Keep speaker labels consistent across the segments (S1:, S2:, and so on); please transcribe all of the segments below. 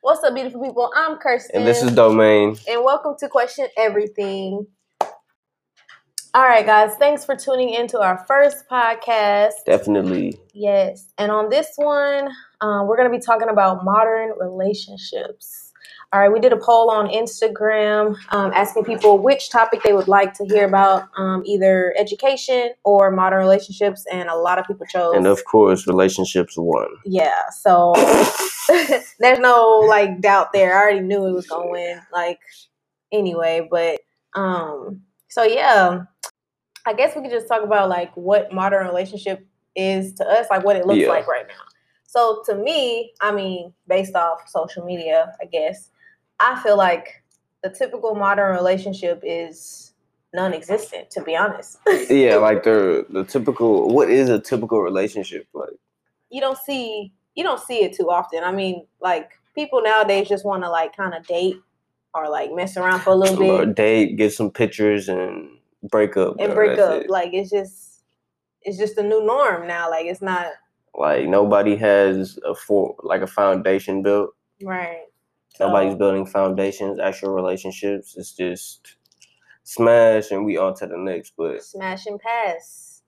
S1: What's up, beautiful people? I'm Kirsten.
S2: And this is Domain.
S1: And welcome to Question Everything. All right, guys, thanks for tuning into our first podcast.
S2: Definitely.
S1: Yes. And on this one, um, we're going to be talking about modern relationships. All right, we did a poll on Instagram um, asking people which topic they would like to hear about, um, either education or modern relationships, and a lot of people chose.
S2: And of course, relationships won.
S1: Um, yeah, so there's no like doubt there. I already knew it was going to win. Like, anyway, but um, so yeah, I guess we could just talk about like what modern relationship is to us, like what it looks
S2: Yeah.
S1: like right now. So to me, I mean, based off social media, I guess I feel like the typical modern relationship is non-existent. To be honest,
S2: Yeah, like the the typical. What is a typical relationship like?
S1: you don't see you don't see it too often. I mean, like people nowadays just want to like kind of date or like mess around for a little
S2: A
S1: bit
S2: date, get some pictures, and break up.
S1: and
S2: bro,
S1: break
S2: that's
S1: up.
S2: it.
S1: Like it's just it's just the new norm now. Like it's not
S2: Like nobody has a for like a foundation built.
S1: right. So-
S2: Nobody's building foundations, actual relationships. It's just smash and we on to the next. But
S1: smash and pass.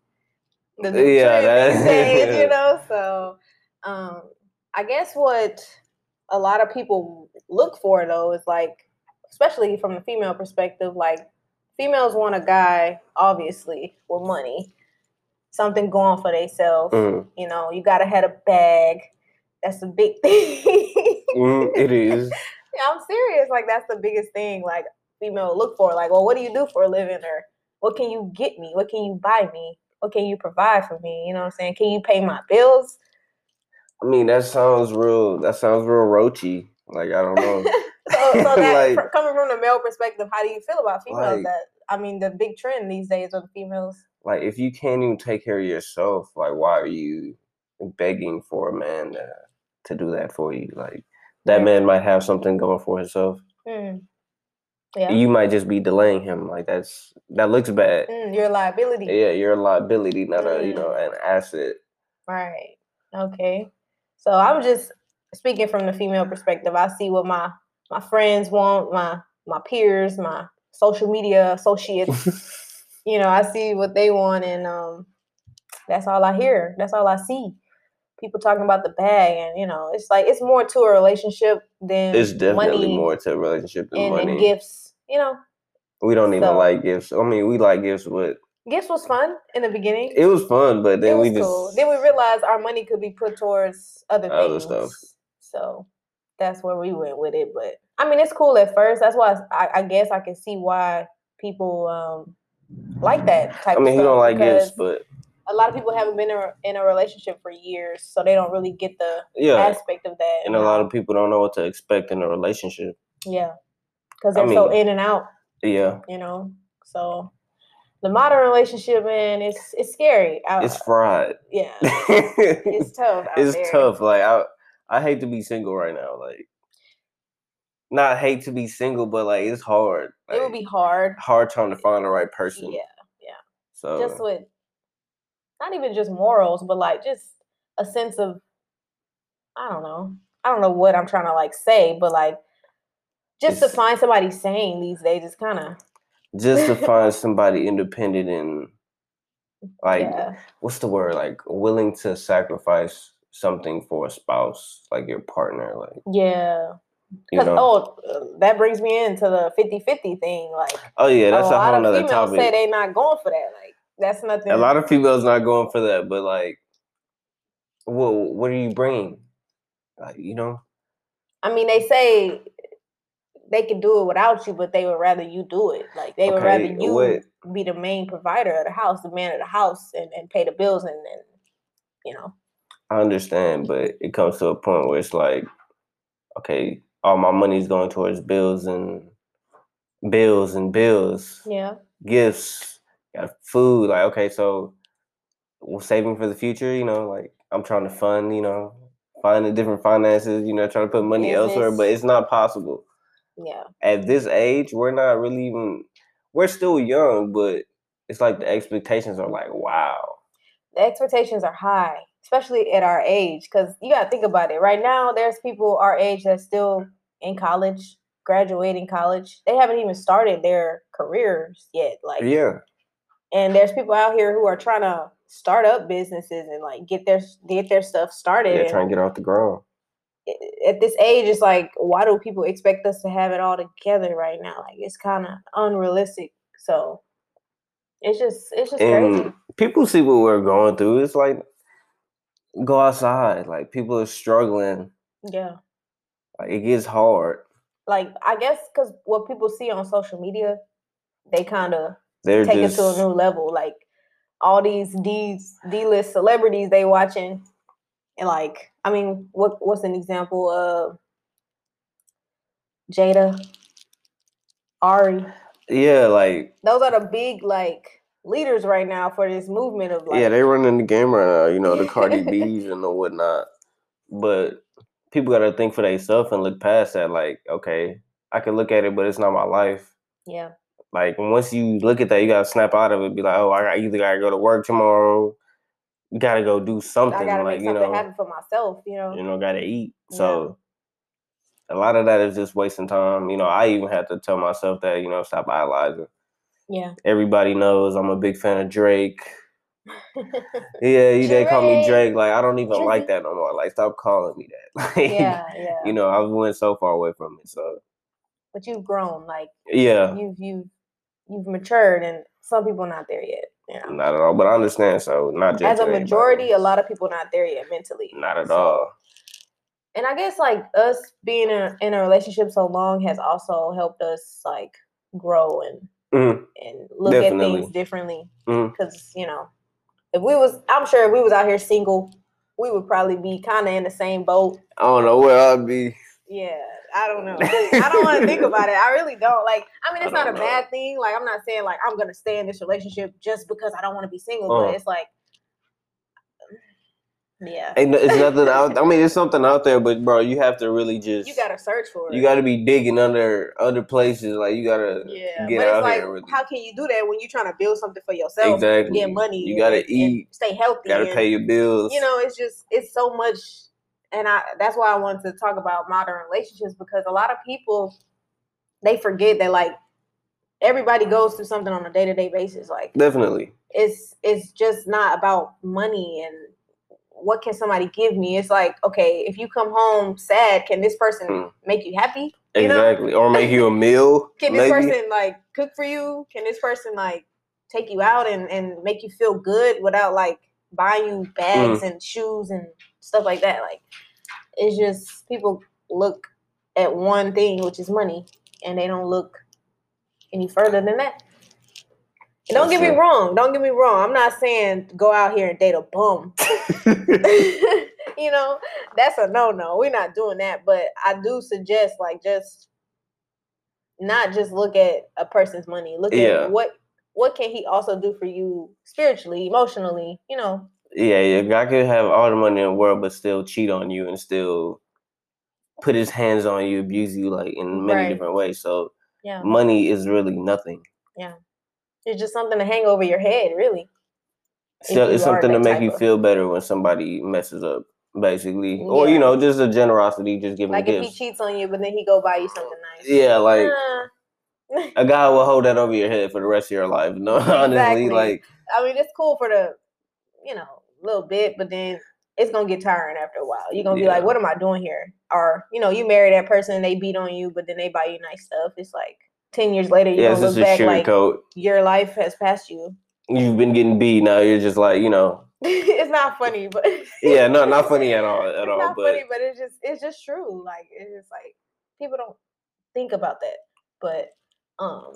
S1: The new
S2: Yeah,
S1: trend
S2: that-
S1: these days, you know. So, um, I guess what a lot of people look for though is like, especially from the female perspective, like females want a guy obviously with money, something going for themselves.
S2: mm,
S1: You know, you gotta have a bag. That's a big thing.
S2: mm, it is.
S1: Yeah, I'm serious. Like that's the biggest thing like female look for. Like, well, what do you do for a living or what can you get me? What can you buy me? What can you provide for me? You know what I'm saying? Can you pay my bills?
S2: I mean, that sounds real. That sounds real roachy. Like I don't
S1: so,
S2: know.
S1: so that
S2: Like-
S1: fr- coming from the male perspective, how do you feel about females
S2: Like-
S1: that I mean the big trend these days with females?
S2: like if you can't even take care of yourself like why are you begging for a man to, to do that for you like that
S1: Right.
S2: man might have something going for himself
S1: Mm. Yeah.
S2: you might just be delaying him like that's that looks bad
S1: Mm, your liability.
S2: yeah you're a liability not a you
S1: Mm.
S2: know an asset
S1: Right. Okay. So I'm just speaking from the female perspective. I see what my my friends want, my my peers, my social media associates. you know, I see what they want, and um, that's all I hear. That's all I see. People talking about the bag, and you know, it's like it's more to a relationship than
S2: it's definitely
S1: money
S2: more to a relationship than
S1: and,
S2: money
S1: and gifts. You know,
S2: we don't even
S1: so-
S2: like gifts i mean we like gifts but
S1: gifts was fun in the beginning.
S2: it was fun but
S1: it
S2: then
S1: was
S2: we just
S1: cool. Then we realized our money could be put towards other
S2: Other
S1: things.
S2: stuff.
S1: So that's where we went with it. But I mean, it's cool at first. That's why I, I guess I can see why people um, like that type.
S2: i
S1: of
S2: mean who
S1: stuff
S2: don't like gifts
S1: because
S2: but
S1: a lot of people haven't been in a, in a relationship for years, so they don't really get the
S2: yeah
S1: aspect of that.
S2: and a lot of people don't know what to expect in a relationship
S1: yeah, because
S2: I
S1: they're so
S2: mean-
S1: in and out,
S2: yeah
S1: you know. So the modern relationship, man, it's it's scary. I,
S2: it's fried
S1: yeah,
S2: it's,
S1: it's tough. out there.
S2: tough. Like I, I hate to be single right now. Like, not hate to be single, but like it's hard.
S1: It would
S2: like,
S1: be hard.
S2: hard trying to find the right person.
S1: Yeah.
S2: So
S1: just with not even just morals, but like just a sense of I don't know. I don't know what I'm trying to like say, but like just to
S2: It's-
S1: find somebody sane these days is kind of
S2: just to find somebody independent and like
S1: yeah,
S2: what's the word? Like willing to sacrifice something for a spouse, like your partner. Like
S1: yeah.
S2: you
S1: 'Cause,
S2: know. Oh,
S1: oh, uh, that brings me into the 50-50 thing. Like
S2: Oh,
S1: oh,
S2: yeah, that's
S1: a
S2: a,
S1: lot
S2: whole
S1: of
S2: nother
S1: females say
S2: topic.
S1: they not going for that. Like that's nothing.
S2: A lot of females not going for that, but like, well, what are you bringing? Like you know.
S1: I mean, they say they can do it without you, but they would rather you do it. Like they would rather
S2: Okay,
S1: you
S2: what-
S1: be the main provider of the house, the man of the house, and, and pay the bills, and and you know,
S2: I understand, but it comes to a point where it's like, okay, all my money's going towards bills and bills and bills,
S1: yeah,
S2: gifts, got food. Like, okay, so we're saving for the future, you know, like I'm trying to fund, you know, finding different finances, you know, trying to put money elsewhere, but
S1: Business.
S2: it's not possible.
S1: yeah,
S2: At this age, we're not really even, we're still young, but it's like the expectations are like, wow.
S1: the expectations are high. especially at our age, because you gotta think about it. Right now, there's people our age that's still in college, graduating college. They haven't even started their careers yet. Like
S2: yeah,
S1: and there's people out here who are trying to start up businesses and like get their get their stuff started.
S2: yeah,
S1: and,
S2: trying to get off the ground.
S1: at this age, it's like, why do people expect us to have it all together right now? Like, it's kind of unrealistic. So, it's just, it's just crazy.
S2: and people see what we're going through. It's like go outside. Like people are struggling.
S1: Yeah.
S2: Like it gets hard.
S1: Like, I guess because what people see on social media, they kind of
S2: They're
S1: take
S2: just
S1: it to a new level. Like, all these D D list celebrities they watching, and like, I mean, what what's an example of Jada, Ari?
S2: yeah, like
S1: those are the big like leaders right now for this movement of like
S2: yeah, they running the game right now. You know the Cardi B's and the whatnot. But people gotta think for themselves and look past that. Like okay, I can look at it, but it's not my life.
S1: yeah
S2: Like once you look at that, you gotta snap out of it. Be like, oh, I got- either gotta go to work tomorrow. You gotta go do something.
S1: i gotta
S2: like
S1: make
S2: you
S1: something
S2: know,
S1: happen for myself you know
S2: you know, gotta eat.
S1: Yeah.
S2: So a lot of that is just wasting time. You know, I even had to tell myself that, you know, stop idolizing.
S1: yeah
S2: Everybody knows I'm a big fan of Drake. Yeah, you they call me
S1: Drake.
S2: Drake. Like I don't even like
S1: Drizzy.
S2: that no more. Like stop calling me that. Like
S1: yeah yeah
S2: you know, I went so far away from it. So
S1: but you've grown like
S2: yeah,
S1: you've you've you've matured and some people not there yet you know
S2: not at all. But I understand so not just
S1: as a majority a lot of people not there yet mentally
S2: not at
S1: So-
S2: all.
S1: and i guess like us being in a, in a relationship so long has also helped us like grow and
S2: Mhm.
S1: and look at
S2: Definitely.
S1: things differently
S2: Mhm.
S1: because you know if we was i'm sure if we was out here single we would probably be kind of in the same boat
S2: I don't know where I'd be.
S1: yeah i don't know i don't want to think about it i really don't like i mean
S2: I
S1: it's not a
S2: don't know.
S1: bad thing like i'm not saying like i'm gonna stay in this relationship just because i don't want to be single
S2: Uh.
S1: but it's like yeah
S2: Ain't no- it's nothing out. I mean, it's something out there, but bro, you have to really just
S1: you gotta search for it
S2: You got to be digging under other places. Like you got to
S1: yeah
S2: get
S1: but
S2: out
S1: it's like
S2: here. Really.
S1: how can you do that when you're trying to build something for yourself
S2: Exactly.
S1: get money
S2: You gotta
S1: and- and
S2: eat,
S1: stay healthy
S2: got to
S1: and-
S2: pay your bills.
S1: you know it's just it's so much and i that's why i wanted to talk about modern relationships because a lot of people they forget that like everybody goes through something on a day-to-day basis like
S2: definitely.
S1: it's it's just not about money and what can somebody give me it's like okay if you come home sad can this person
S2: Mm.
S1: make you happy You know?
S2: Exactly. Or make you a meal.
S1: can this
S2: maybe.
S1: person like cook for you can this person like take you out and and make you feel good without like buying you bags
S2: Mm.
S1: and shoes and stuff like that like it's just people look at one thing which is money and they don't look any further than that and don't
S2: That's
S1: get me
S2: it.
S1: wrong don't get me wrong i'm not saying go out here and date a bum you know, that's a no no. We're not doing that. But I do suggest like just not just look at a person's money. Look
S2: Yeah.
S1: at what what can he also do for you spiritually, emotionally, you know.
S2: yeah, yeah. I could have all the money in the world, but still cheat on you and still put his hands on you, abuse you like in many
S1: Right. Uh-huh.
S2: different ways. So
S1: Yeah.
S2: money is really nothing.
S1: It's just something to hang over your head, really.
S2: Still,
S1: you
S2: it's
S1: are
S2: something to
S1: that
S2: make
S1: type
S2: you
S1: of-
S2: feel better when somebody messes up, basically, or
S1: Yeah.
S2: you know, just a generosity, just giving
S1: Like if he
S2: gifts.
S1: cheats on you, but then he go buy you something nice.
S2: yeah, like.
S1: Nah.
S2: a guy will hold that over your head for the rest of your life. No, honestly,
S1: Exactly.
S2: like
S1: I mean, it's cool for the, you know, little bit, but then it's gonna get tiring after a while. You're gonna be like,
S2: Yeah.
S1: "What am I doing here?" Or you know, you marry that person, they beat on you, but then they buy you nice stuff. It's like ten years later, you're
S2: yeah, it's
S1: gonna
S2: just
S1: look
S2: a
S1: back
S2: shirt
S1: like
S2: coat.
S1: your life has passed you.
S2: You've been getting beat. Now you're just like you know,
S1: it's not funny, but
S2: yeah, no, not funny at all, at
S1: it's
S2: all.
S1: not
S2: But
S1: funny, but it's just it's just true. Like it's just like people don't think about that, but um,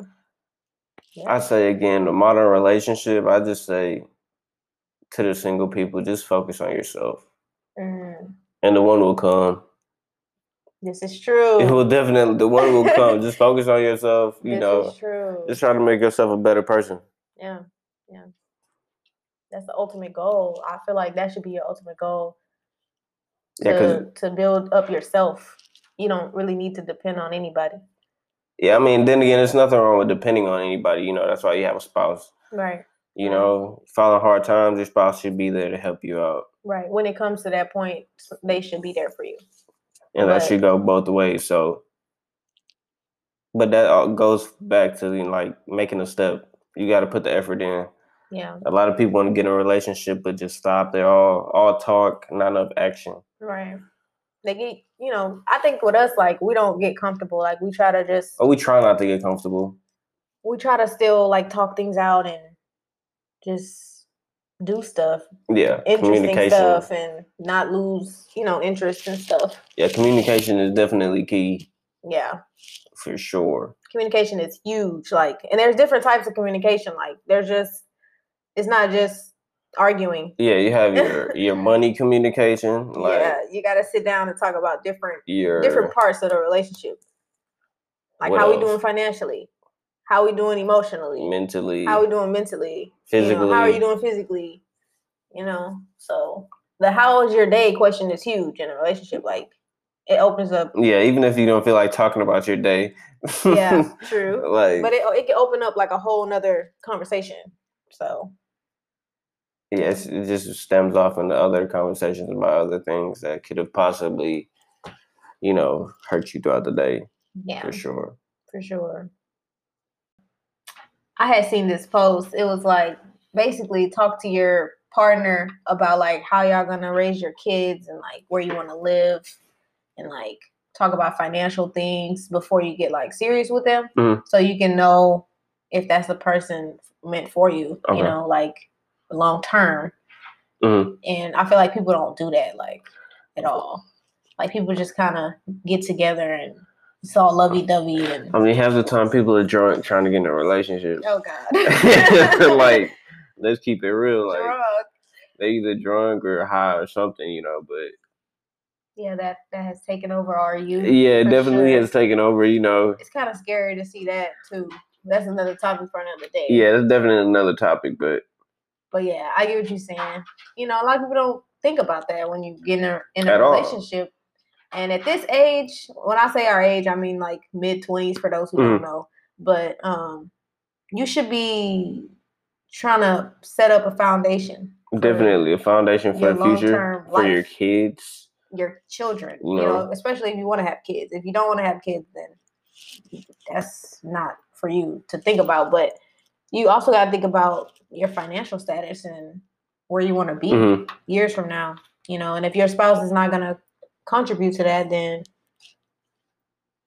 S1: yeah.
S2: I say again, the modern relationship. I just say to the single people, just focus on yourself,
S1: Mm,
S2: and the one will come.
S1: this is true.
S2: It will definitely, the one will come. Just focus on yourself. You
S1: this
S2: know,
S1: is true.
S2: just try to make yourself a better person.
S1: Yeah, yeah. That's the ultimate goal. I feel like that should be your ultimate goal
S2: Yeah, because
S1: to to build up yourself. You don't really need to depend on anybody.
S2: yeah, I mean, then again, there's nothing wrong with depending on anybody. You know, that's why you have a spouse.
S1: Right.
S2: You
S1: Mhm.
S2: know, following hard times, your spouse should be there to help you out.
S1: Right. When it comes to that point, they should be there for you.
S2: and that
S1: But-
S2: should go both ways. So, but that all goes back to you know, like making a step. You got to put the effort in.
S1: Yeah.
S2: A lot of people want to get in a relationship, but just stop. They're all all talk, not enough action.
S1: Right. They get, you know, I think with us, like, we don't get comfortable. Like, we try to just,
S2: Or we try not to get comfortable.
S1: we try to still, like, talk things out and just do stuff,
S2: Yeah,
S1: interesting stuff, and not lose, you know, interest and stuff.
S2: Yeah, communication is definitely key
S1: Yeah.
S2: for sure.
S1: communication is huge like and there's different types of communication like there's just it's not just arguing
S2: Yeah, you have your your money communication, like
S1: yeah you got to sit down and talk about different
S2: your
S1: different parts of the relationship like
S2: What
S1: how we
S2: else?
S1: doing financially how we doing emotionally
S2: mentally,
S1: how we doing mentally you know, how are
S2: Physically.
S1: you doing physically you know so the how is your day question is huge in a relationship like it opens up
S2: yeah. Even if you don't feel like talking about your day,
S1: yeah true
S2: like
S1: but it, it can open up like a whole nother conversation so
S2: Yes, it just stems off into other conversations about other things that could have possibly, you know, hurt you throughout the day
S1: yeah
S2: for sure.
S1: for sure. I had seen this post. It was like basically talk to your partner about like how y'all gonna raise your kids and like where you want to live and like talk about financial things before you get like serious with them
S2: Mhm.
S1: so you can know if that's the person meant for you
S2: Okay.
S1: you know like long term
S2: Mhm.
S1: and i feel like people don't do that like at all like people just kind of get together and it's all lovey-dovey and
S2: I mean, half the time people are drunk trying to get in a relationship.
S1: Oh God. Oh.
S2: like, let's keep it real. Like,
S1: Drug.
S2: they either drunk or high or something, you know. But
S1: Yeah, that that has taken over our youth.
S2: yeah, it
S1: Mm, for
S2: definitely
S1: sure.
S2: has taken over, you know.
S1: It's kind of scary to see that too. That's another topic for another day.
S2: Yeah, that's definitely another topic, but
S1: But yeah, I get what you're saying. You know, a lot of people don't think about that when you get in a, in a
S2: At all.
S1: relationship. And at this age, when I say our age, I mean like mid twenties for those who
S2: Mm-hmm.
S1: don't know. But um, you should be trying to set up a foundation. for
S2: definitely a foundation for
S1: Your
S2: the future,
S1: long-term
S2: for your
S1: life.
S2: kids.
S1: your children. You
S2: No.
S1: know, especially if you want to have kids. If you don't want to have kids, then that's not for you to think about. But you also got to think about your financial status and where you want to be
S2: Mhm.
S1: years from now. You know, and if your spouse is not going to contribute to that, then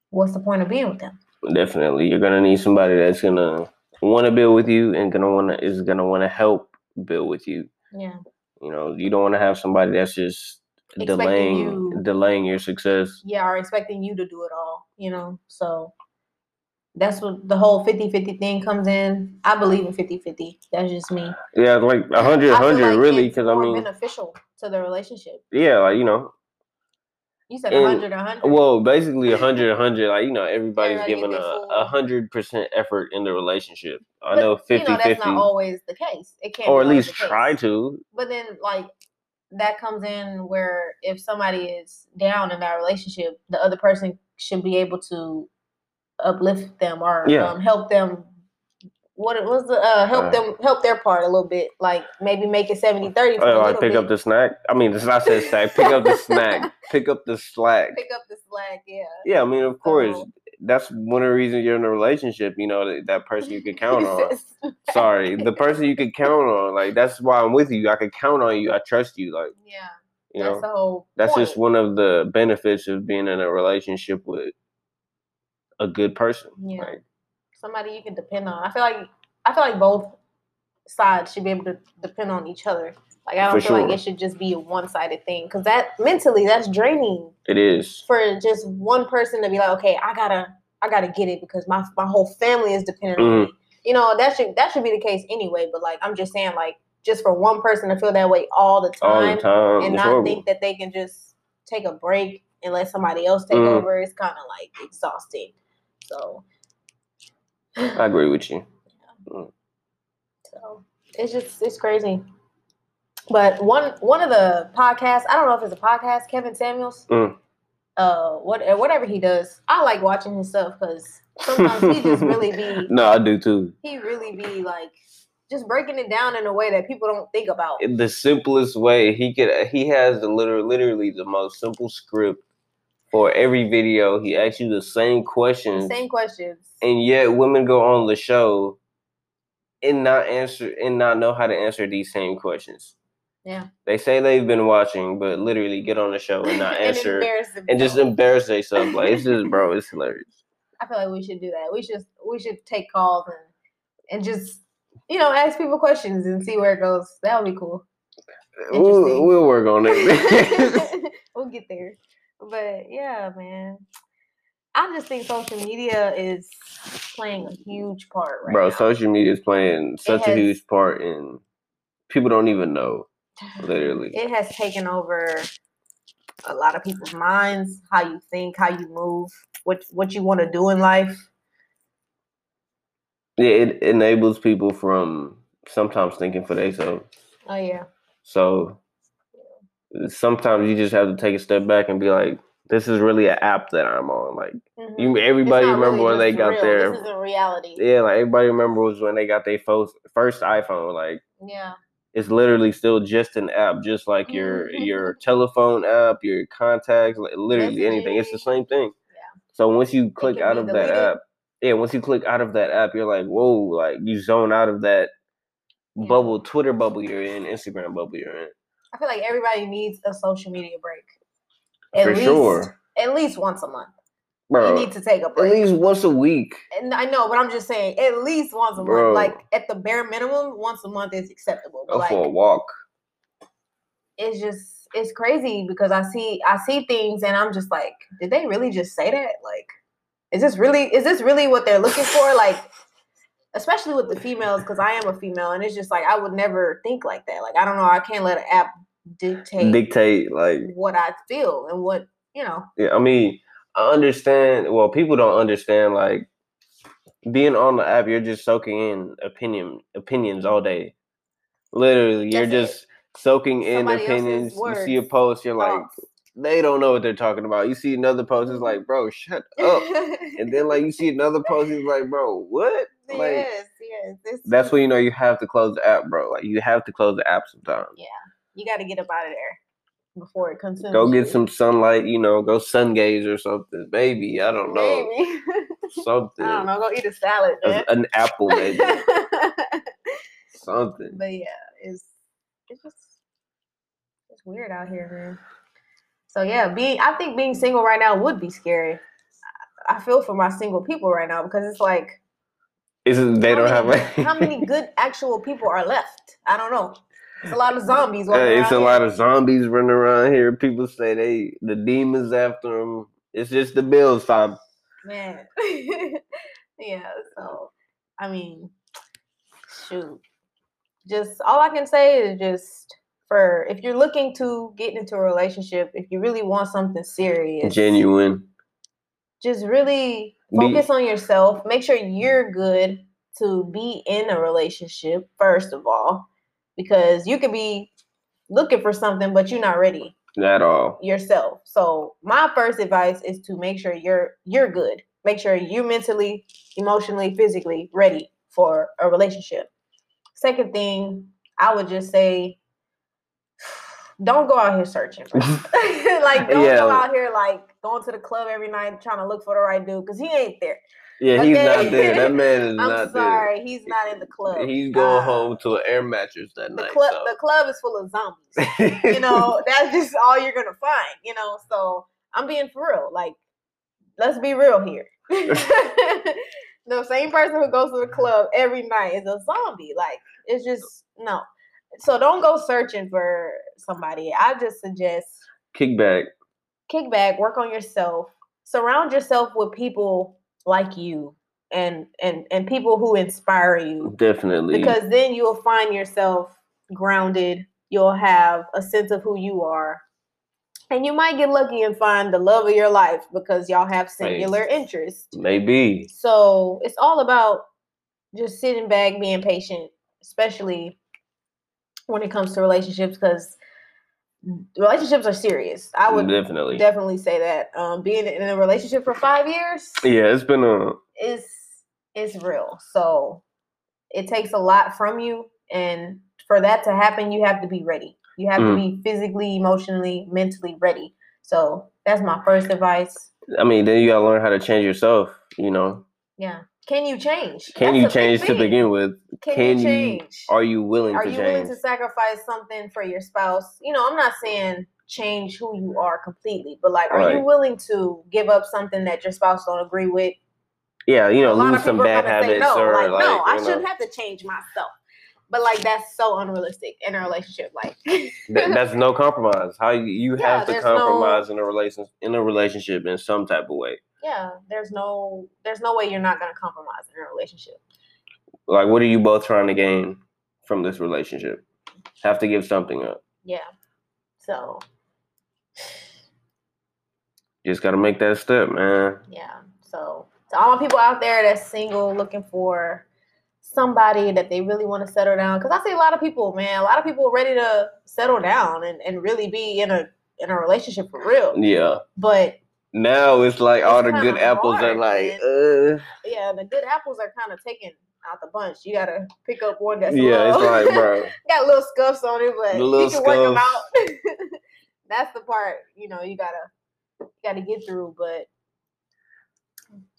S1: what's the point of being with them?
S2: Definitely, you're gonna need somebody that's gonna want to build with you and gonna wanna is gonna want to help build with you.
S1: Yeah,
S2: You know, you don't want to have somebody that's just
S1: Expecting
S2: delaying
S1: you-
S2: delaying your success.
S1: yeah, are expecting you to do it all. You know, so. That's what the whole 50-50 thing comes in. I believe in 50-50. That's just me.
S2: Yeah, like a hundred, a
S1: I feel
S2: hundred,
S1: like
S2: really,
S1: it's
S2: because I
S1: more
S2: mean,
S1: beneficial to the relationship.
S2: yeah, like you know,
S1: You said
S2: And-
S1: a hundred, a hundred.
S2: well, basically a hundred, a hundred, like you know, everybody's
S1: Everybody give
S2: giving a
S1: their full-
S2: a hundred percent effort in the relationship. I
S1: But,
S2: know 50
S1: You know that's
S2: 50
S1: not always the case. It can't, be
S2: or at
S1: always
S2: least
S1: the case.
S2: try to.
S1: But then, like that comes in where if somebody is down in that relationship, the other person should be able to uplift them or
S2: Yeah.
S1: um, help them. What it was the uh, help
S2: Uh.
S1: them help their part a little bit, like maybe make it 70 30 for
S2: Or
S1: a
S2: Uh, like
S1: little
S2: Oh, pick
S1: bit.
S2: up the snack. I mean, it's not said snack. Pick up the snack. Pick up the slack.
S1: pick up the slack, yeah.
S2: Yeah, I mean, of course,
S1: So-
S2: that's one of the reasons you're in a relationship. You know, that, that person you can count on. Sorry, the person you can count on. Like that's why I'm with you. I can count on you. I trust you. Like
S1: yeah,
S2: you
S1: that's
S2: know,
S1: the whole.
S2: that's
S1: point.
S2: just one of the benefits of being in a relationship with a good person.
S1: Yeah.
S2: Like,
S1: somebody you can depend on. I feel like I feel like both sides should be able to depend on each other. Like I don't
S2: For
S1: feel
S2: sure.
S1: like it should just be a one sided thing because that mentally that's draining
S2: it is.
S1: for just one person to be like, okay, I gotta I gotta get it because my my whole family is dependent on
S2: Mm-hmm.
S1: me. You know that should that should be the case anyway. But like I'm just saying, like just for one person to feel that way all the
S2: All
S1: time,
S2: the time.
S1: and
S2: it's
S1: not
S2: horrible.
S1: think that they can just take a break and let somebody else take
S2: Mhm.
S1: over is kind of like exhausting. So.
S2: I agree with you.
S1: So it's just it's crazy. But one one of the podcasts, I don't know if it's a podcast, Kevin Samuels,
S2: Mm.
S1: uh, what whatever he does, I like watching his stuff because sometimes he just really be
S2: No, I do too.
S1: he really be like just breaking it down in a way that people don't think about.
S2: the simplest way he could he has the literally, literally the most simple script for every video. He asks you the same questions,
S1: The same questions.
S2: and yet women go on the show and not answer and not know how to answer these same questions.
S1: Yeah.
S2: They say they've been watching, but literally get on the show and not answer and,
S1: embarrass them.
S2: just embarrass themselves. Like it's just bro, it's hilarious.
S1: I feel like we should do that. We should we should take calls and and just you know ask people questions and see where it goes. That would be cool.
S2: We'll,
S1: Interesting.
S2: we'll work on it.
S1: we'll get there. But yeah, man. I just think social media is playing a huge part right
S2: bro
S1: now.
S2: social media is playing such a
S1: has-
S2: huge part and people don't even know literally
S1: it has taken over a lot of people's minds, how you think, how you move, what what you want to do in life.
S2: yeah it enables people from sometimes thinking for themselves
S1: Oh yeah.
S2: so sometimes you just have to take a step back and be like this is really an app that i'm on like
S1: Mhm.
S2: you
S1: It's
S2: everybody
S1: not
S2: remember
S1: really
S2: when they
S1: just
S2: got
S1: real.
S2: their
S1: This isn't reality.
S2: yeah like everybody remembers when they got their first first iphone like
S1: yeah.
S2: it's literally still just an app just like your
S1: Mm-hmm.
S2: your telephone app your contacts like literally anything it's the same thing So once you click
S1: can
S2: out
S1: be
S2: of that
S1: deleted.
S2: app, yeah, once you click out of that app, you're like, whoa, like you zone out of that
S1: Yeah.
S2: bubble, Twitter bubble you're in, Instagram bubble you're in.
S1: I feel like everybody needs a social media break.
S2: For sure.
S1: At least once a month.
S2: Bro,
S1: You need to take a
S2: at
S1: break.
S2: least once a week.
S1: and I know, but I'm just saying, at least once a
S2: Bro.
S1: month. Like at the bare minimum, once a month is acceptable. But
S2: Go Oh, for a
S1: like
S2: walk.
S1: it's just it's crazy because I see I see things and I'm just like, did they really just say that? Like, is this really is this really what they're looking for? Like especially with the females because i am a female and it's just like i would never think like that like i don't know i can't let an app dictate
S2: Dictate like
S1: what i feel and what you know
S2: yeah, I mean, I understand well, people don't understand like being on the app, you're just soaking in opinion opinions all day. Literally, you're
S1: That's it.
S2: just soaking in
S1: Somebody else's
S2: opinions. You see a
S1: words,
S2: post, you're like,
S1: thoughts.
S2: they don't know what they're talking about. You see another post, it's
S1: Mm-hmm.
S2: like, bro, shut up. oh, and then like you see another post, it's like, bro, what? Like
S1: yes, yes. It's,
S2: that's when you know you have to close the app, bro. Like you have to close the app sometimes.
S1: you got to get up out of there before it consumes.
S2: Go get
S1: you.
S2: some sunlight, you know, go sun gaze or something. Maybe, I don't know.
S1: Maybe.
S2: Something.
S1: I don't know. Go eat a salad, man.
S2: An apple, maybe.
S1: but
S2: something.
S1: yeah, it's it's just it's weird out here, man. So yeah, being I think being single right now would be scary. I I feel for my single people right now because it's like
S2: It's just, they
S1: how
S2: don't have
S1: many-
S2: a
S1: how many good actual people are left? I don't know. It's a lot of zombies.
S2: Uh,
S1: Walking
S2: it's a
S1: around
S2: lot
S1: here.
S2: of zombies running around here. People say they the demons after them. It's just the bills, fam.
S1: Man. yeah, so I mean, shoot. Just all I can say is just for if you're looking to get into a relationship, if you really want something serious,
S2: Genuine.
S1: just really
S2: Be-
S1: focus on yourself. Make sure you're good to be in a relationship, first of all, because you could be looking for something, but you're not ready
S2: At all.
S1: yourself. So my first advice is to make sure you're you're good. Make sure you mentally, emotionally, physically ready for a relationship. Second thing, I would just say don't go out here searching. bro. like don't
S2: Yeah.
S1: go out here like going to the club every night trying to look for the right dude because he ain't there.
S2: Yeah, he's
S1: Okay.
S2: not there. That man is
S1: I'm
S2: not
S1: sorry, he's not in the club.
S2: there. He's going
S1: Uh,
S2: home to an air mattress that
S1: The
S2: night.
S1: club
S2: so.
S1: the club is full of zombies you know that's just all you're gonna find you know so i'm being for real like let's be real here the same person who goes to the club every night is a zombie like it's just no so don't go searching for somebody i just suggest
S2: Kickback.
S1: kick back work on yourself surround yourself with people like you and and and people who inspire you
S2: Definitely.
S1: because then you'll find yourself grounded you'll have a sense of who you are and you might get lucky and find the love of your life because y'all have singular interests
S2: Mm. Maybe.
S1: so it's all about just sitting back being patient especially when it comes to relationships because relationships are serious i would
S2: Definitely.
S1: definitely say that um, being in a relationship for five years
S2: yeah, it's been a.
S1: is is real. So it takes a lot from you And for that to happen, you have to be ready. You have
S2: Mm.
S1: to be physically, emotionally, mentally ready. So that's my first advice.
S2: I mean, then you gotta learn how to change yourself. You know,
S1: Yeah. Can you change?
S2: can
S1: That's
S2: you
S1: a big
S2: change to
S1: thing.
S2: begin with?
S1: Can, you
S2: can you-
S1: change?
S2: Are you willing
S1: Are
S2: to
S1: you willing
S2: change?
S1: to sacrifice something for your spouse? You know, I'm not saying change who you are completely, but like, are you
S2: Right.
S1: willing to give up something that your spouse don't agree with?
S2: yeah, you know,
S1: a lot
S2: lose
S1: of people
S2: some
S1: are
S2: bad
S1: gonna
S2: habits
S1: say no,
S2: or
S1: like,
S2: like,
S1: no, I
S2: you know,
S1: shouldn't have to change myself. But like, that's so unrealistic in a relationship. Like,
S2: that- that's no compromise. How you, you
S1: Yeah,
S2: have to
S1: there's no-
S2: compromise in a relation in a relationship in some type of way.
S1: yeah, there's no, there's no way you're not gonna compromise in a relationship.
S2: Like, what are you both trying to gain from this relationship? Have to give something up.
S1: Yeah. So
S2: Just gotta make that step, man.
S1: Yeah. So to all my people out there that's single looking for somebody that they really want to settle down. Cause I see a lot of people, man, a lot of people are ready to settle down and, and really be in a in a relationship for real.
S2: Yeah.
S1: But
S2: Now it's like all
S1: It's
S2: the
S1: kinda
S2: good apples are
S1: hard,
S2: like,
S1: man.
S2: uh,
S1: yeah, the good apples are kind of taken out the bunch. You gotta pick up one that's
S2: yeah. It's
S1: low.
S2: like, bro,
S1: got little scuffs on it, but
S2: The little
S1: you can work them
S2: scuffs.
S1: out. That's the part, you know, you gotta you gotta get through, but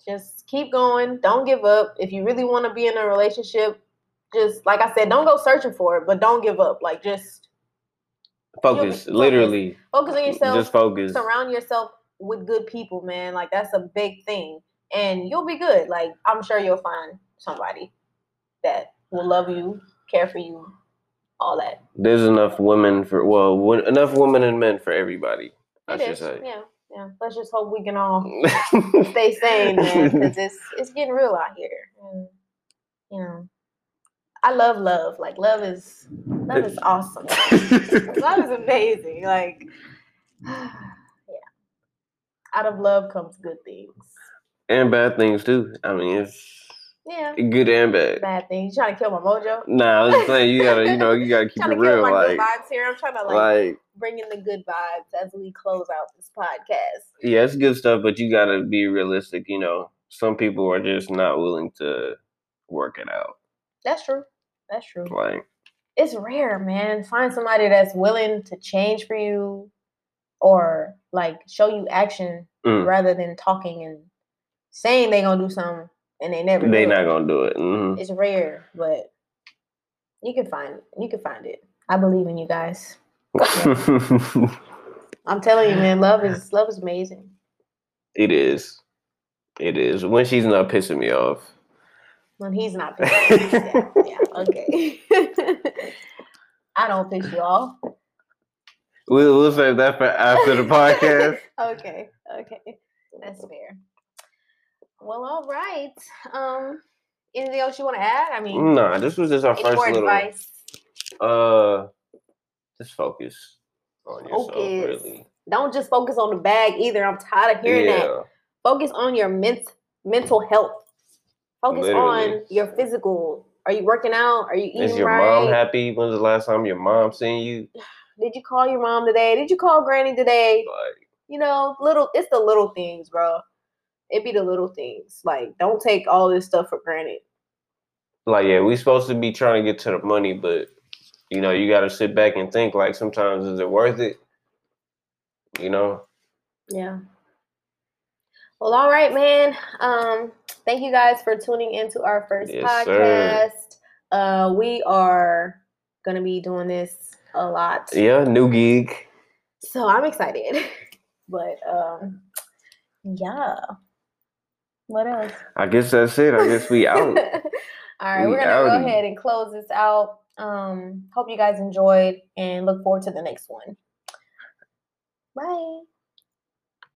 S1: just keep going. Don't give up. If you really want to be in a relationship, just like I said, don't go searching for it, but don't give up. Like just
S2: focus.
S1: focused.
S2: Literally,
S1: focus on yourself.
S2: just focus.
S1: surround yourself with good people, man. Like that's a big thing, and you'll be good. Like I'm sure you'll find somebody that will love you, care for you, all that.
S2: There's enough women for well, wo- enough women and men for everybody. I
S1: It
S2: should
S1: is.
S2: say.
S1: Yeah, yeah. Let's just hope we can all stay sane, man, because it's it's getting real out here. And, you know, I love love. Like love is love is awesome. love is amazing. Like, yeah. Out of love comes good things.
S2: and bad things too. I mean, it's
S1: Yeah.
S2: good and bad.
S1: Bad things. You trying to kill my mojo?
S2: Nah, I was just saying you gotta, you know, you gotta keep
S1: Trying
S2: it
S1: to kill
S2: real,
S1: my good
S2: like,
S1: vibes here. I'm trying to like,
S2: like,
S1: bring in the good vibes as we close out this podcast.
S2: yeah, it's good stuff, but you gotta be realistic. You know, some people are just not willing to work it out.
S1: That's true. That's true.
S2: Like,
S1: it's rare, man. Find somebody that's willing to change for you or like show you action
S2: Mm.
S1: rather than talking and saying they gonna do something and they never
S2: they
S1: do
S2: not
S1: it.
S2: gonna do it. hmm
S1: It's rare, but you can find it. You can find it. I believe in you guys.
S2: Mm-hmm.
S1: I'm telling you, man, love is love is amazing.
S2: it is, it is. When she's not pissing me off,
S1: When he's not pissed. yeah, yeah, okay. I don't piss you off.
S2: we'll, we'll save that for after the podcast.
S1: okay, okay, that's fair. Well, all right. Um, anything else you want to add? I mean,
S2: Nah, this was just our
S1: any
S2: Mm, first
S1: more
S2: little.
S1: advice?
S2: Uh, just focus on yourself.
S1: Focus.
S2: Really.
S1: Don't just focus on the bag either. I'm tired of hearing that. Focus on your ment- mental health. Focus on
S2: Literally.
S1: your physical. Are you working out? Are you eating
S2: Is your
S1: right?
S2: mom happy? When's the last time your mom seen you?
S1: Did you call your mom today? Did you call granny today?
S2: Like,
S1: you know, little it's the little things, bro. It be the little things. Like, don't take all this stuff for granted.
S2: like yeah, we supposed to be trying to get to the money, but you know, you got to sit back and think. Like, sometimes is it worth it? You know,
S1: Yeah. Well, all right, man. Um, thank you guys for tuning into our first
S2: Yes, sir.
S1: podcast. Uh, we are gonna be doing this a lot.
S2: yeah, new gig.
S1: So I'm excited. but um yeah. What else?
S2: I guess that's it. I guess we
S1: All
S2: out.
S1: right,
S2: We
S1: we're gonna
S2: outie.
S1: go ahead and close this out. Um, hope you guys enjoyed and look forward to the next one. Bye.